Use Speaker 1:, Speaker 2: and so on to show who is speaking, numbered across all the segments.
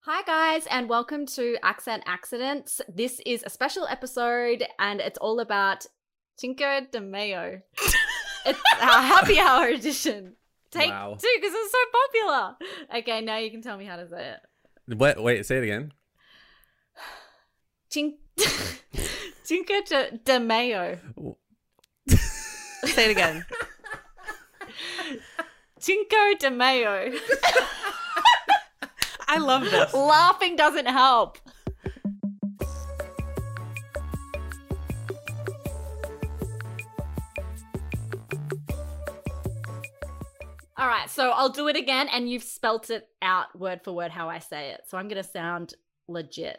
Speaker 1: Hi, guys, and welcome to Accent Accidents. This is a special episode, and it's all about Cinco de Mayo. it's our happy hour edition. Take
Speaker 2: Wow.
Speaker 1: two, because it's so popular. Okay, now you can tell me how to say it.
Speaker 2: What? Wait, say it again.
Speaker 1: Cin- Cinco de, de Mayo.
Speaker 3: Say it again.
Speaker 1: Cinco de Mayo.
Speaker 3: I love this.
Speaker 1: Laughing doesn't help. All right, so I'll do it again, and you've spelt it out word for word how I say it. So I'm going to sound legit.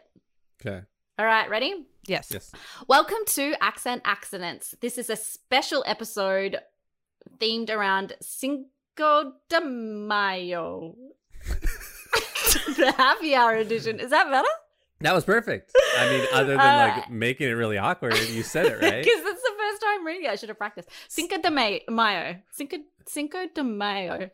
Speaker 2: Okay.
Speaker 1: All right, ready?
Speaker 3: Yes.
Speaker 2: Yes.
Speaker 1: Welcome to Accent Accidents. This is a special episode themed around Cinco de Mayo. the happy hour edition. Is that better?
Speaker 2: That was perfect. I mean, other than
Speaker 3: Uh,
Speaker 2: like
Speaker 1: Alright.
Speaker 2: making it really awkward, you said it right.
Speaker 1: Because that's the first time reading it. I should have practiced. Cinco de May- Mayo. Cinco, Cinco de Mayo.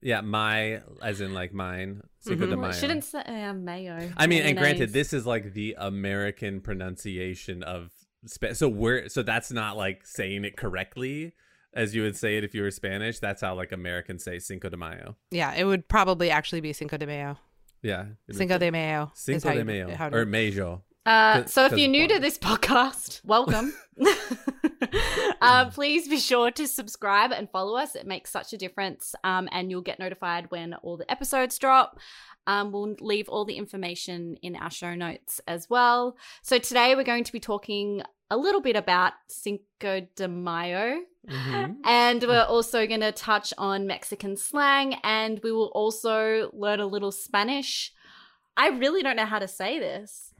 Speaker 2: yeah, my as in like mine. Cinco de
Speaker 3: Mm-hmm.
Speaker 1: Well,
Speaker 2: Mayo.
Speaker 1: it Shouldn't say uh, Mayo.
Speaker 2: I mean, and
Speaker 1: Mayonnaise.
Speaker 2: granted, this is like the American pronunciation of Spa So we're so that's not like saying it correctly as you would say it if you were Spanish. That's how like Americans say Cinco de Mayo.
Speaker 3: Yeah, it would probably actually be Cinco de Mayo.
Speaker 2: Yeah.
Speaker 3: Cinco de Mayo. is
Speaker 2: Cinco
Speaker 3: how
Speaker 2: de
Speaker 3: you-
Speaker 2: Mayo Er,
Speaker 3: how to-
Speaker 2: or Mayo.
Speaker 1: Uh,
Speaker 2: Cause-
Speaker 1: so if
Speaker 2: cause
Speaker 1: you're new to
Speaker 2: why?
Speaker 1: this podcast, welcome. uh, please be sure to subscribe and follow us. It makes such a difference, um, and you'll get notified when all the episodes drop. Um, we'll leave all the information in our show notes as well. So today we're going to be talking a little bit about Cinco de Mayo.
Speaker 2: Mhm.
Speaker 1: And we're also going to touch on Mexican slang and we will also learn a little Spanish. I really don't know how to say this.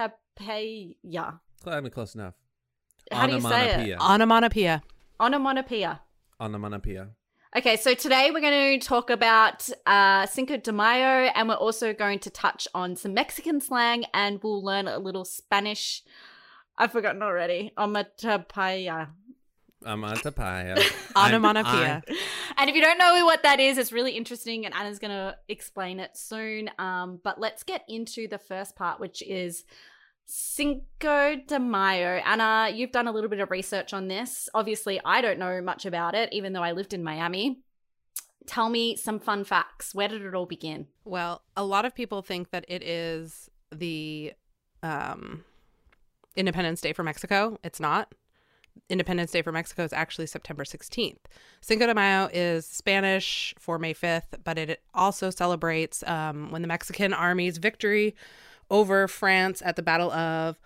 Speaker 1: Onomatopoeia.
Speaker 2: Cl- I mean, close enough.
Speaker 1: How do you say it?
Speaker 2: Onomatopoeia.
Speaker 3: Onomatopoeia.
Speaker 1: Onomatopoeia.
Speaker 2: Onomatopoeia.
Speaker 1: Okay, so today we're going to talk about uh, Cinco de Mayo and we're also going to touch on some Mexican slang and we'll learn a little Spanish. I've forgotten already. Onomatopoeia.
Speaker 2: Onomatopoeia. I'm-
Speaker 3: Onomatopoeia.
Speaker 1: And if you don't know what that is, it's really interesting, and Anna's going to explain it soon. Um, but let's get into the first part, which is Cinco de Mayo. Anna, you've done a little bit of research on this. Obviously, I don't know much about it, even though I lived in Miami. Tell me some fun facts. Where did it all begin?
Speaker 3: Well, a lot of people think that it is the um, Independence Day for Mexico. It's not. Independence Day for Mexico is actually September 16th. Cinco de Mayo is Spanish for May 5th, but it also celebrates um, when the Mexican army's victory over France at the Battle of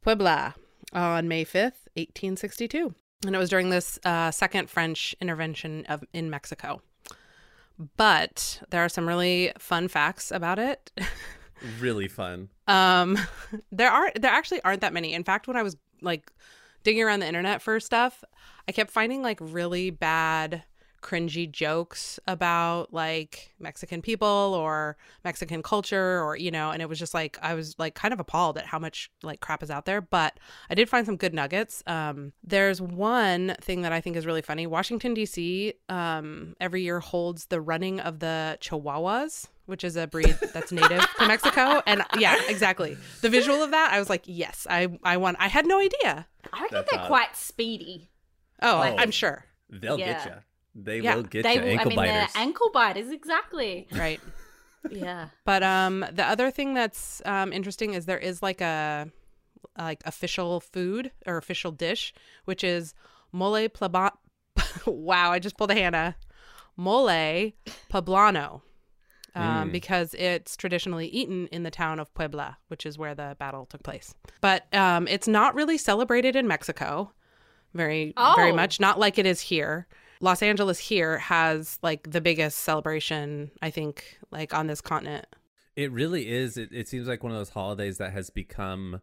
Speaker 3: Puebla on May 5th, 1862. And it was during this uh, second French intervention of, in Mexico. But there are some really fun facts about it.
Speaker 2: really fun.
Speaker 3: Um, there are there actually aren't that many. In fact, when I was like digging around the internet for stuff, I kept finding like really bad, cringy jokes about like Mexican people or Mexican culture, or you know, and it was just like I was like kind of appalled at how much like crap is out there. But I did find some good nuggets. Um, there's one thing that I think is really funny. Washington D.C. Um, every year holds the running of the Chihuahuas. Which is a breed that's native to Mexico, and yeah, exactly. The visual of that, I was like, yes, I, I want. I had no idea.
Speaker 1: I reckon
Speaker 2: That's
Speaker 1: they're
Speaker 2: hard.
Speaker 1: quite speedy.
Speaker 3: Oh, I,
Speaker 2: Oh.
Speaker 3: I'm sure.
Speaker 2: They'll get
Speaker 1: Yeah.
Speaker 2: you. They
Speaker 3: Yeah.
Speaker 2: will get
Speaker 1: they,
Speaker 2: you.
Speaker 1: will- I
Speaker 2: Ankle
Speaker 1: mean,
Speaker 2: biters.
Speaker 1: they're ankle biters, exactly.
Speaker 3: Right.
Speaker 1: Yeah.
Speaker 3: But um, the other thing that's um, interesting is there is like a like official food or official dish, which is mole plaba. wow, I just pulled a Hannah. Mole poblano, um,
Speaker 2: Mm.
Speaker 3: because it's traditionally eaten in the town of Puebla, which is where the battle took place. But um, it's not really celebrated in Mexico very very
Speaker 1: Oh.
Speaker 3: much not like it is here los angeles here has like the biggest celebration i think like on this continent
Speaker 2: It really is. It, it seems like one of those holidays that has become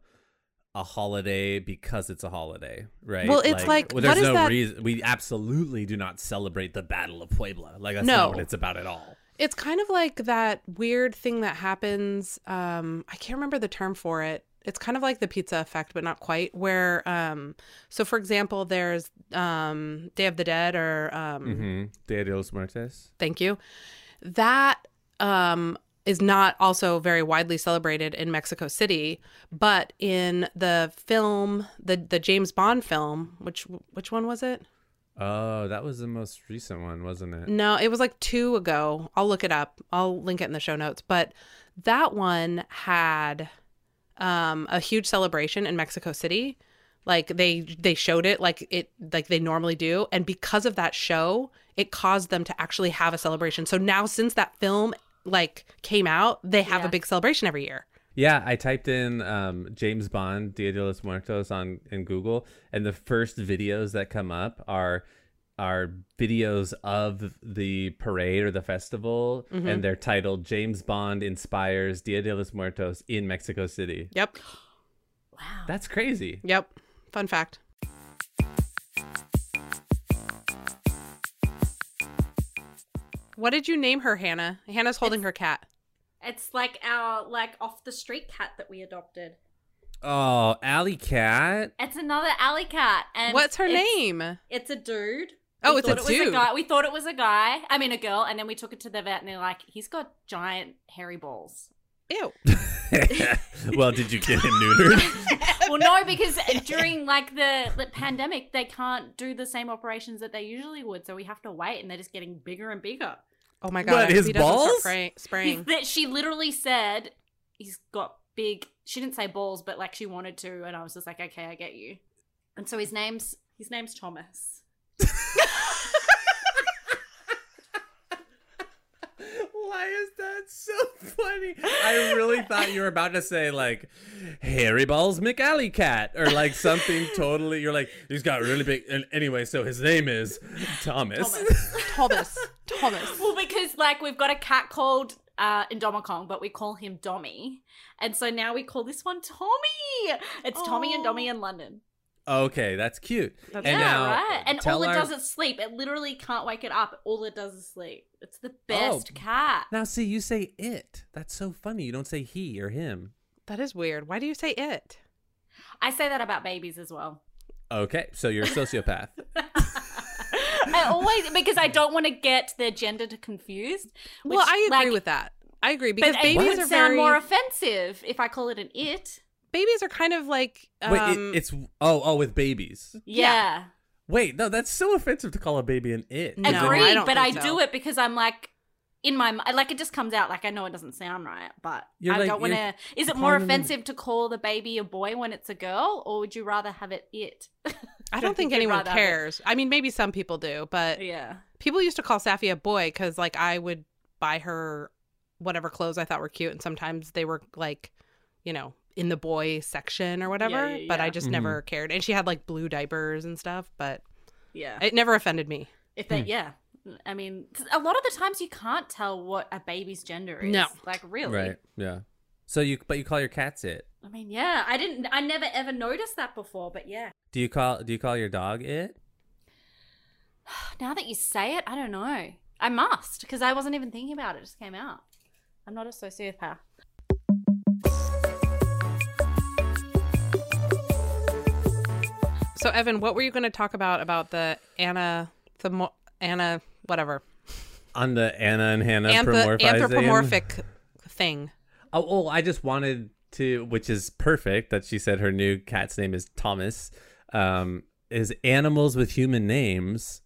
Speaker 2: a holiday because it's a holiday, right?
Speaker 3: Well, it's like,
Speaker 2: well,
Speaker 3: what
Speaker 2: there's
Speaker 3: is
Speaker 2: no
Speaker 3: that-
Speaker 2: reason. We absolutely do not celebrate the Battle of Puebla. Like that's
Speaker 3: No.
Speaker 2: not what it's about at all.
Speaker 3: It's kind of like that weird thing that happens. Um, I can't remember the term for it. It's kind of like the pizza effect, but not quite. Where, um, so for example, there's um, Day of the Dead or um,
Speaker 2: Mm-hmm. Dia de los Muertos.
Speaker 3: Thank you. That um, is not also very widely celebrated in Mexico City, but in the film, the the James Bond film, which which one was it?
Speaker 2: Oh, that was the most recent one, wasn't it?
Speaker 3: No, it was like two ago. I'll look it up. I'll link it in the show notes. But that one had um, a huge celebration in Mexico City. Like they they showed it like it like they normally do, and because of that show, it caused them to actually have a celebration. So now, since that film like came out, they have
Speaker 1: Yeah.
Speaker 3: a big celebration every year.
Speaker 2: Yeah, I typed in um, James Bond Dia de los Muertos on in Google, and the first videos that come up are are videos of the parade or the festival, and they're titled "James Bond inspires Dia de los Muertos in Mexico City."
Speaker 3: Yep,
Speaker 1: Wow.
Speaker 2: That's crazy.
Speaker 3: yep. Fun fact. What did you name her, Hannah? Hannah's holding her cat.
Speaker 1: It's like our like off the street cat that we adopted.
Speaker 2: Oh, Alley Cat.
Speaker 1: It's another alley cat. And
Speaker 3: What's her
Speaker 1: it's-
Speaker 3: name?
Speaker 1: It's a dude.
Speaker 3: Oh,
Speaker 1: We
Speaker 3: it's a
Speaker 1: thought it was
Speaker 3: dude.
Speaker 1: guy. We thought it was a guy. I mean, a girl. And then we took it to the vet, and they're like, "He's got giant hairy balls."
Speaker 3: Ew.
Speaker 2: well, did you get him neutered?
Speaker 1: well, no, because during like the, the pandemic, they can't do the same operations that they usually would, so we have to wait, and they're just getting bigger and bigger.
Speaker 3: Oh my god!
Speaker 2: What,
Speaker 3: I hope
Speaker 2: his
Speaker 3: he doesn't start
Speaker 2: balls?
Speaker 3: spray-
Speaker 1: He's,
Speaker 3: spraying.
Speaker 1: that she literally said, "He's got big." She didn't say balls, but like she wanted to, and I was just like, "Okay, I get you." And so his name's his name's Thomas.
Speaker 2: Why is that so funny? I really thought you were about to say like Harry Balls McAlley Cat or like something totally. You're like he's got really big. And anyway, so his name is Thomas.
Speaker 1: Thomas.
Speaker 3: Thomas. Thomas.
Speaker 1: Well, because like we've got a cat called uh, Indomicon, but we call him Dommy, and so now we call this one Tommy. It's Tommy and
Speaker 3: Aw.
Speaker 1: Dommy in London.
Speaker 2: Okay, that's cute.
Speaker 3: That's
Speaker 2: and
Speaker 1: yeah,
Speaker 2: now,
Speaker 1: right. And
Speaker 2: tell
Speaker 1: all it
Speaker 2: our-
Speaker 1: does is sleep. It literally can't wake it up. All it does is sleep. It's the
Speaker 2: Oh.
Speaker 1: best cat.
Speaker 2: Now, see, you say it. That's so funny. You don't say he or him.
Speaker 3: That is weird. Why do you say it?
Speaker 1: I say that about babies as well.
Speaker 2: Okay, so you're a sociopath.
Speaker 1: I always because I don't want to get their gender to confused. Which,
Speaker 3: well, I agree
Speaker 1: like,
Speaker 3: with that. I agree because
Speaker 1: But it
Speaker 3: babies
Speaker 1: would
Speaker 3: are
Speaker 1: sound
Speaker 3: very
Speaker 1: more offensive if I call it an it.
Speaker 3: babies are kind of like um,
Speaker 2: Wait, it, it's oh oh with babies.
Speaker 1: Yeah.
Speaker 2: Wait, no, that's so offensive to call a baby an it. 'cause
Speaker 3: No,
Speaker 2: then
Speaker 1: Agreed,
Speaker 3: I don't
Speaker 1: but I
Speaker 3: think so.
Speaker 1: do it because I'm like in my mi- like it just comes out like I know it doesn't sound right, but
Speaker 2: You're
Speaker 1: I
Speaker 2: like-
Speaker 1: don't want
Speaker 2: you're
Speaker 1: to. Is it
Speaker 2: calling
Speaker 1: more
Speaker 2: them an-
Speaker 1: offensive to call the baby a boy when it's a girl, or would you rather have it it?
Speaker 3: I don't think
Speaker 1: You'd
Speaker 3: anyone
Speaker 1: rather have it-
Speaker 3: cares. I mean, maybe some people do, but
Speaker 1: Yeah,
Speaker 3: people used to call Safi a boy because like I would buy her whatever clothes I thought were cute, and sometimes they were like, you know, in the boy section or whatever.
Speaker 1: yeah,
Speaker 3: But I
Speaker 1: yeah.
Speaker 3: just
Speaker 2: Mhm.
Speaker 3: never cared, and she had like blue diapers and stuff, but
Speaker 1: yeah.
Speaker 3: it never offended me.
Speaker 1: If they,
Speaker 2: Hmm.
Speaker 1: yeah, I mean, 'cause a lot of the times you can't tell what a baby's gender is.
Speaker 3: No.
Speaker 1: like really.
Speaker 2: Right. Yeah. So you, but you call your cats it.
Speaker 1: I mean, yeah, I didn't. I never ever noticed that before, but yeah.
Speaker 2: Do you call do you call your dog it?
Speaker 1: Now that you say it, I don't know. I must because I wasn't even thinking about it. It just came out. I'm not a sociopath.
Speaker 3: So Evan, what were you going to talk about about the Anna the mo- Anna whatever
Speaker 2: On the Anna and Hannah
Speaker 3: Antho-
Speaker 2: anthropomorphizing.
Speaker 3: anthropomorphic thing?
Speaker 2: Oh, oh, I just wanted to, which is perfect that she said her new cat's name is Thomas. Um, is animals with human names,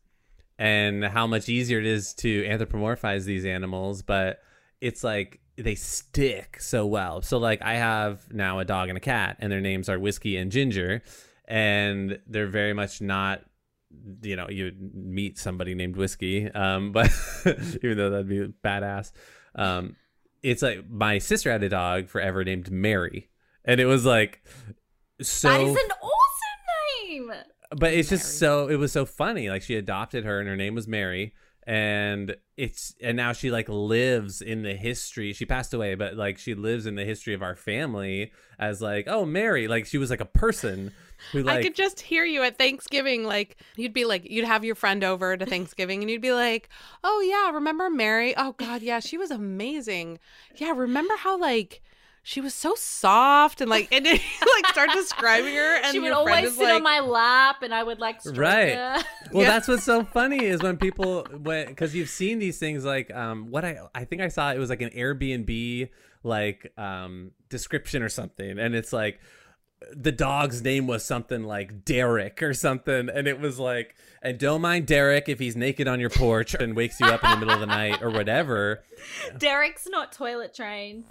Speaker 2: and how much easier it is to anthropomorphize these animals, but it's like they stick so well. So like I have now a dog and a cat, and their names are Whiskey and Ginger, and they're very much not you know you meet somebody named whiskey um but even though that'd be badass um it's like my sister had a dog forever named mary and it was like so
Speaker 1: that is an awesome name.
Speaker 2: but it's just so it was so funny like she adopted her and her name was mary and it's and now she like lives in the history she passed away but like she lives in the history of our family as like oh mary like she was like a person who like
Speaker 3: I could just hear you at Thanksgiving. Like you'd be like, you'd have your friend over to Thanksgiving, and you'd be like, "Oh yeah, remember Mary? Oh God, yeah, she was amazing. Yeah, remember how like she was so soft and like and then you, like start describing her and
Speaker 1: she would
Speaker 3: your friend
Speaker 1: always
Speaker 3: is
Speaker 1: sit
Speaker 3: like,
Speaker 1: on my lap and I would like stroke
Speaker 2: Right.
Speaker 1: her.
Speaker 2: Well,
Speaker 3: Yeah.
Speaker 2: that's what's so funny is when people when because you've seen these things like um what I I think I saw it was like an Airbnb like um description or something, and it's like the dog's name was something like Derek or something, and it was like and don't mind Derek if he's naked on your porch and wakes you up in the middle of the night or whatever.
Speaker 1: Derek's not toilet trained.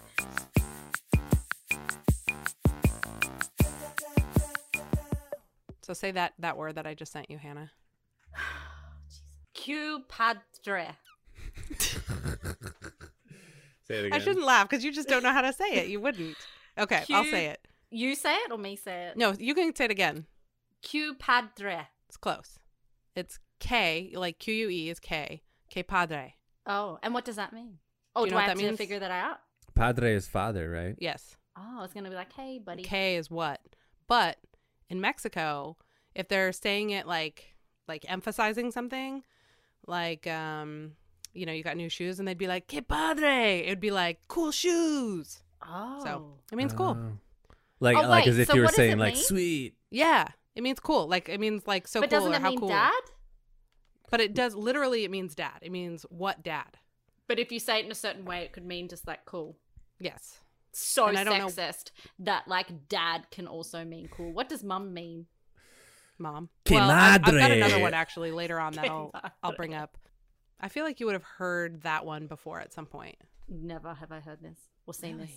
Speaker 3: So say that that word that I just sent you, Hannah.
Speaker 1: Q padre.
Speaker 2: Say it
Speaker 3: I shouldn't laugh because you just don't know how to say it. You wouldn't. Okay, I'll say
Speaker 1: Cute.
Speaker 3: it.
Speaker 1: You say it or me say it?
Speaker 3: No, you can say it again.
Speaker 1: Q padre.
Speaker 3: It's close. It's K, like Q U E is K. K padre.
Speaker 1: Oh, and what does that mean? Oh,
Speaker 3: You
Speaker 1: do
Speaker 3: know
Speaker 1: I
Speaker 3: what
Speaker 1: have
Speaker 3: that
Speaker 1: to
Speaker 3: means?
Speaker 1: figure that out?
Speaker 2: Padre is father, right?
Speaker 3: Yes.
Speaker 1: Oh, I was gonna be like, hey, buddy.
Speaker 3: K is what? But in Mexico, if they're saying it like like emphasizing something, like um, you know, you got new shoes and they'd be like, Que padre. It'd be like cool shoes.
Speaker 1: Oh,
Speaker 3: So it means cool.
Speaker 2: Oh. Like
Speaker 1: Oh,
Speaker 2: like
Speaker 1: wait,
Speaker 2: as if
Speaker 1: so
Speaker 2: you were
Speaker 1: what does it
Speaker 2: saying like
Speaker 1: mean?
Speaker 2: sweet.
Speaker 3: Yeah. It means cool. Like it means like so
Speaker 1: but
Speaker 3: cool
Speaker 1: doesn't
Speaker 3: or
Speaker 1: it
Speaker 3: how
Speaker 1: mean
Speaker 3: cool.
Speaker 1: dad?
Speaker 3: But it does literally it means dad. It means what dad?
Speaker 1: But if you say it in a certain way, it could mean just like cool.
Speaker 3: Yes.
Speaker 1: So
Speaker 3: And I don't know-
Speaker 1: sexist that like dad can also mean cool. What does mum mean?
Speaker 3: Mom.
Speaker 2: Que
Speaker 3: well, I've, I've got
Speaker 2: madre.
Speaker 3: another one actually later on that
Speaker 1: Que
Speaker 3: I'll, I'll bring up. I feel like you would have heard that one before at some point.
Speaker 1: Never have I heard this or seen this.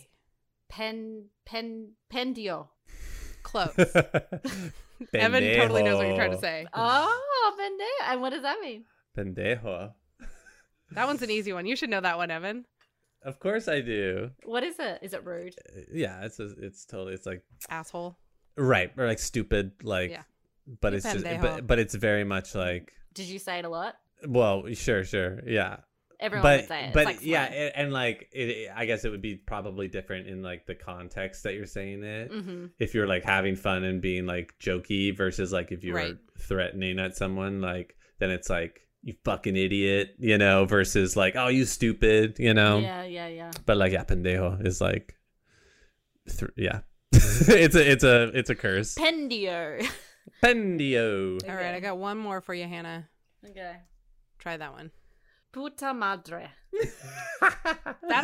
Speaker 1: Pen pen pendio.
Speaker 3: Close. Evan totally knows what you're trying to say.
Speaker 1: Oh, pendio. And what does that mean?
Speaker 2: Pendejo.
Speaker 3: That one's an easy one. You should know that one, Evan.
Speaker 2: Of course I do.
Speaker 1: What is it? Is it rude?
Speaker 2: Uh, Yeah, it's a, it's totally it's like
Speaker 3: Asshole.
Speaker 2: right or like stupid like,
Speaker 3: Yeah.
Speaker 2: but
Speaker 3: You
Speaker 2: it's just
Speaker 3: pendejo.
Speaker 2: but, but it's very much like
Speaker 1: Did you say it a lot?
Speaker 2: well sure sure yeah
Speaker 1: Everyone would
Speaker 2: but
Speaker 1: say it. It's
Speaker 2: but
Speaker 1: like
Speaker 2: yeah and, and like it, it- I guess it would be probably different in like the context that you're saying it
Speaker 1: hmm
Speaker 2: if you're like having fun and being like jokey versus like if you're
Speaker 3: Right.
Speaker 2: threatening at someone like then it's like you fucking idiot you know versus like oh you stupid you
Speaker 3: Um,
Speaker 2: know
Speaker 1: yeah, yeah, yeah.
Speaker 2: but like yeah, pendejo is like, th- yeah, it's a it's a it's a curse.
Speaker 1: Pendio.
Speaker 2: Pendio.
Speaker 3: All right, I got one more for you, Hannah.
Speaker 1: okay.
Speaker 3: Try that one.
Speaker 1: Puta madre.
Speaker 3: That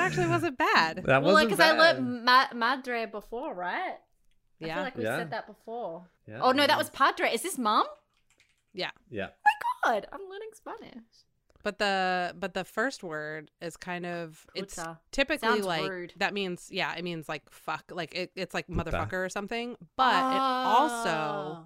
Speaker 3: actually wasn't bad.
Speaker 2: that
Speaker 1: well, like,
Speaker 2: wasn't
Speaker 1: because I
Speaker 2: bad.
Speaker 1: learned ma- madre before, right? I feel
Speaker 3: Yeah.
Speaker 1: like we
Speaker 2: Yeah.
Speaker 1: said that before.
Speaker 2: Yeah.
Speaker 1: Oh no, that was padre. Is this mum?
Speaker 2: yeah.
Speaker 1: God, I'm learning Spanish.
Speaker 3: But the but the first word is kind of it's
Speaker 1: Puta.
Speaker 3: typically
Speaker 1: Sounds
Speaker 3: like
Speaker 1: rude.
Speaker 3: that means yeah, it means like fuck. Like it, it's like
Speaker 2: Puta.
Speaker 3: motherfucker or something. But it
Speaker 2: Ah.
Speaker 3: also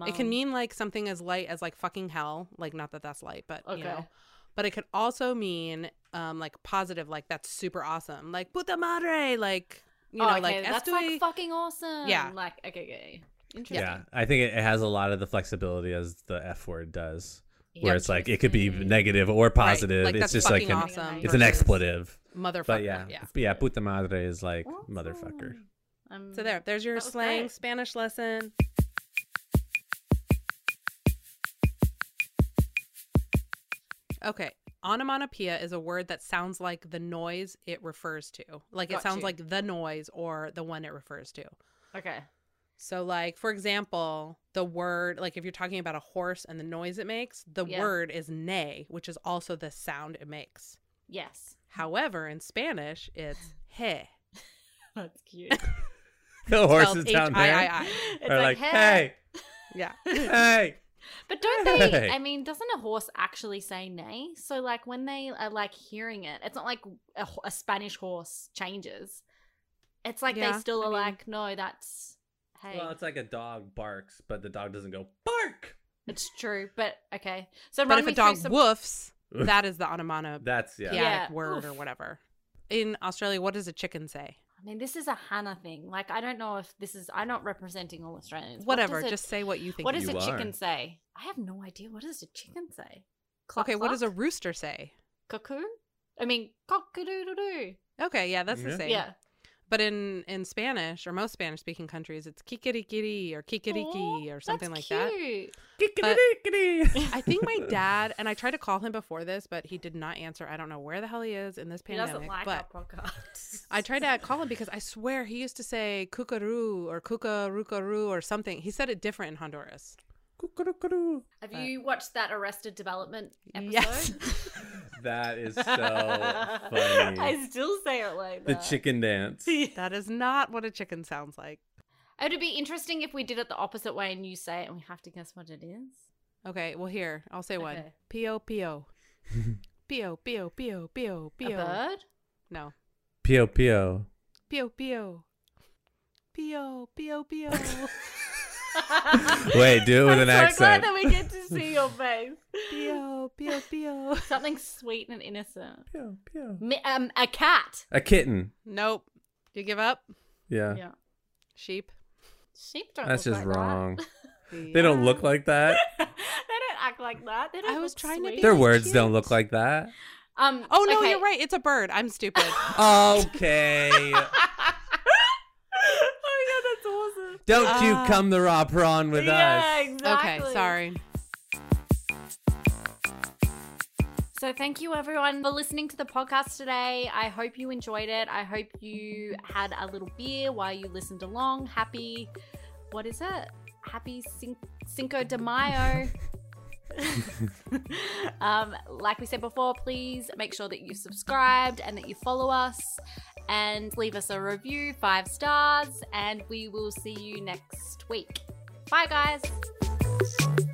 Speaker 1: Oh,
Speaker 3: It can
Speaker 1: mum.
Speaker 3: mean like something as light as like fucking hell. Like not that that's light, but
Speaker 1: okay.
Speaker 3: you know. But it could also mean um like positive, like that's super awesome, like puta madre, like you know,
Speaker 1: oh, okay.
Speaker 3: like
Speaker 1: that's
Speaker 3: estoy.
Speaker 1: like fucking awesome.
Speaker 3: Yeah.
Speaker 1: Like okay, okay.
Speaker 2: yeah,
Speaker 1: Interesting.
Speaker 2: I think it, it has a lot of the flexibility as the F word does, where it's like it could be
Speaker 3: Mm-hmm.
Speaker 1: Interesting.
Speaker 2: negative or
Speaker 3: Right,
Speaker 2: positive.
Speaker 3: Like,
Speaker 2: it's
Speaker 3: that's
Speaker 2: just like
Speaker 3: fucking
Speaker 2: an,
Speaker 1: awesome
Speaker 3: awesome.
Speaker 2: it's an
Speaker 3: versus
Speaker 2: expletive.
Speaker 3: motherfucker.
Speaker 2: But yeah,
Speaker 3: yeah.
Speaker 2: yeah, puta madre is like
Speaker 1: Awesome.
Speaker 2: motherfucker.
Speaker 1: Um,
Speaker 3: So there, there's your
Speaker 1: That was
Speaker 3: slang
Speaker 1: great.
Speaker 3: Spanish lesson. Okay. Onomatopoeia is a word that sounds like the noise it refers to. Like
Speaker 1: Got
Speaker 3: it sounds
Speaker 1: you.
Speaker 3: like the noise or the one it refers to.
Speaker 1: Okay.
Speaker 3: So, like, for example, the word, like, if you're talking about a horse and the noise it makes, the
Speaker 1: Yeah.
Speaker 3: word is neigh, which is also the sound it makes.
Speaker 1: Yes.
Speaker 3: However, in Spanish, it's he.
Speaker 1: That's cute.
Speaker 2: The horses down
Speaker 3: Spelled
Speaker 2: there
Speaker 3: H-I-I-I.
Speaker 1: it's
Speaker 2: are like, hey,
Speaker 3: Yeah.
Speaker 2: hey.
Speaker 1: But don't they?
Speaker 2: Hey.
Speaker 1: I mean, doesn't a horse actually say neigh? So, like, when they are like hearing it, it's not like a, ho- a Spanish horse changes. It's like they
Speaker 3: Yeah,
Speaker 1: still
Speaker 3: I
Speaker 1: are
Speaker 3: mean-
Speaker 1: like, no, that's hey.
Speaker 2: Well, it's like a dog barks, but the dog doesn't go bark.
Speaker 1: it's true, but okay. So,
Speaker 3: But
Speaker 1: run
Speaker 3: if a
Speaker 1: me through
Speaker 3: dog
Speaker 1: some-
Speaker 3: woofs, that is the onomatopoeic
Speaker 2: That's yeah.
Speaker 1: Yeah.
Speaker 3: word or
Speaker 1: Oof.
Speaker 3: whatever. In Australia, what does a chicken say?
Speaker 1: I mean, this is a Hannah thing. Like, I don't know if this is. I'm not representing all Australians. What
Speaker 3: Whatever.
Speaker 1: does a-
Speaker 3: Just say what you think.
Speaker 1: what
Speaker 2: you
Speaker 1: does a
Speaker 2: are.
Speaker 1: chicken say? I have no idea. What does a chicken say? Cluck,
Speaker 3: Okay, what does a
Speaker 1: cluck?
Speaker 3: rooster say?
Speaker 1: cuckoo? I mean, cock a doodle doo.
Speaker 3: Okay, yeah, that's the
Speaker 2: Yeah.
Speaker 3: same.
Speaker 1: Yeah.
Speaker 3: But in in Spanish or most Spanish speaking countries, it's kikiriki or kikeriki or something like that.
Speaker 2: Kickity-dickity.
Speaker 3: I think my dad and I tried to call him before this, but he did not answer. I don't know where the hell he is in this
Speaker 1: He
Speaker 3: pandemic.
Speaker 1: doesn't like
Speaker 3: but
Speaker 1: our podcast.
Speaker 3: I tried to call him because I swear he used to say kukaru or kukarukaru or something. He said it different in Honduras.
Speaker 2: Kukurukuru.
Speaker 1: Have you watched that Arrested Development episode?
Speaker 3: Yes.
Speaker 2: That is so funny.
Speaker 1: I still say it like
Speaker 2: The
Speaker 1: that.
Speaker 2: chicken dance.
Speaker 3: That is not what a chicken sounds like.
Speaker 1: It would be interesting if we did it the opposite way and you say it and we have to guess what it is.
Speaker 3: Okay, well here, I'll say one.
Speaker 1: Okay.
Speaker 3: Pio pio. Pio pio pio pio
Speaker 1: A
Speaker 3: pio.
Speaker 1: bird?
Speaker 3: No.
Speaker 2: Pio Pio.
Speaker 3: Pio pio. Pio pio pio.
Speaker 2: Wait, do it with
Speaker 1: I'm
Speaker 2: an
Speaker 1: so glad
Speaker 2: accent.
Speaker 1: that we get to see your face.
Speaker 3: Pio pio pio.
Speaker 1: Something sweet and innocent.
Speaker 2: Pio, pio.
Speaker 1: Mi- um, a cat.
Speaker 2: A kitten.
Speaker 3: Nope. You give up?
Speaker 2: Yeah.
Speaker 1: Yeah. Oh,
Speaker 3: Sheep.
Speaker 1: Sheep don't.
Speaker 2: That's
Speaker 1: look
Speaker 2: just
Speaker 1: like that.
Speaker 2: wrong. They don't look like that.
Speaker 1: they don't act like that. They don't
Speaker 3: I was
Speaker 1: look
Speaker 3: trying to
Speaker 1: sweet.
Speaker 3: be-
Speaker 2: Their
Speaker 3: It's
Speaker 2: words don't
Speaker 3: cute.
Speaker 2: look like that.
Speaker 1: Um.
Speaker 3: Oh no,
Speaker 1: okay.
Speaker 3: you're right. It's a bird. I'm stupid.
Speaker 2: Okay.
Speaker 1: oh my god, that's awesome.
Speaker 2: Don't you
Speaker 3: Uh,
Speaker 2: come the raw prawn with
Speaker 1: yeah,
Speaker 2: us.
Speaker 1: exactly.
Speaker 3: Okay, sorry.
Speaker 1: So, thank you everyone for listening to the podcast today. I hope you enjoyed it. I hope you had a little beer while you listened along. Happy, what is it? Happy Cin- Cinco de Mayo. um, like we said before, please make sure that you subscribed and that you follow us and leave us a review, five stars, and we will see you next week. Bye, guys.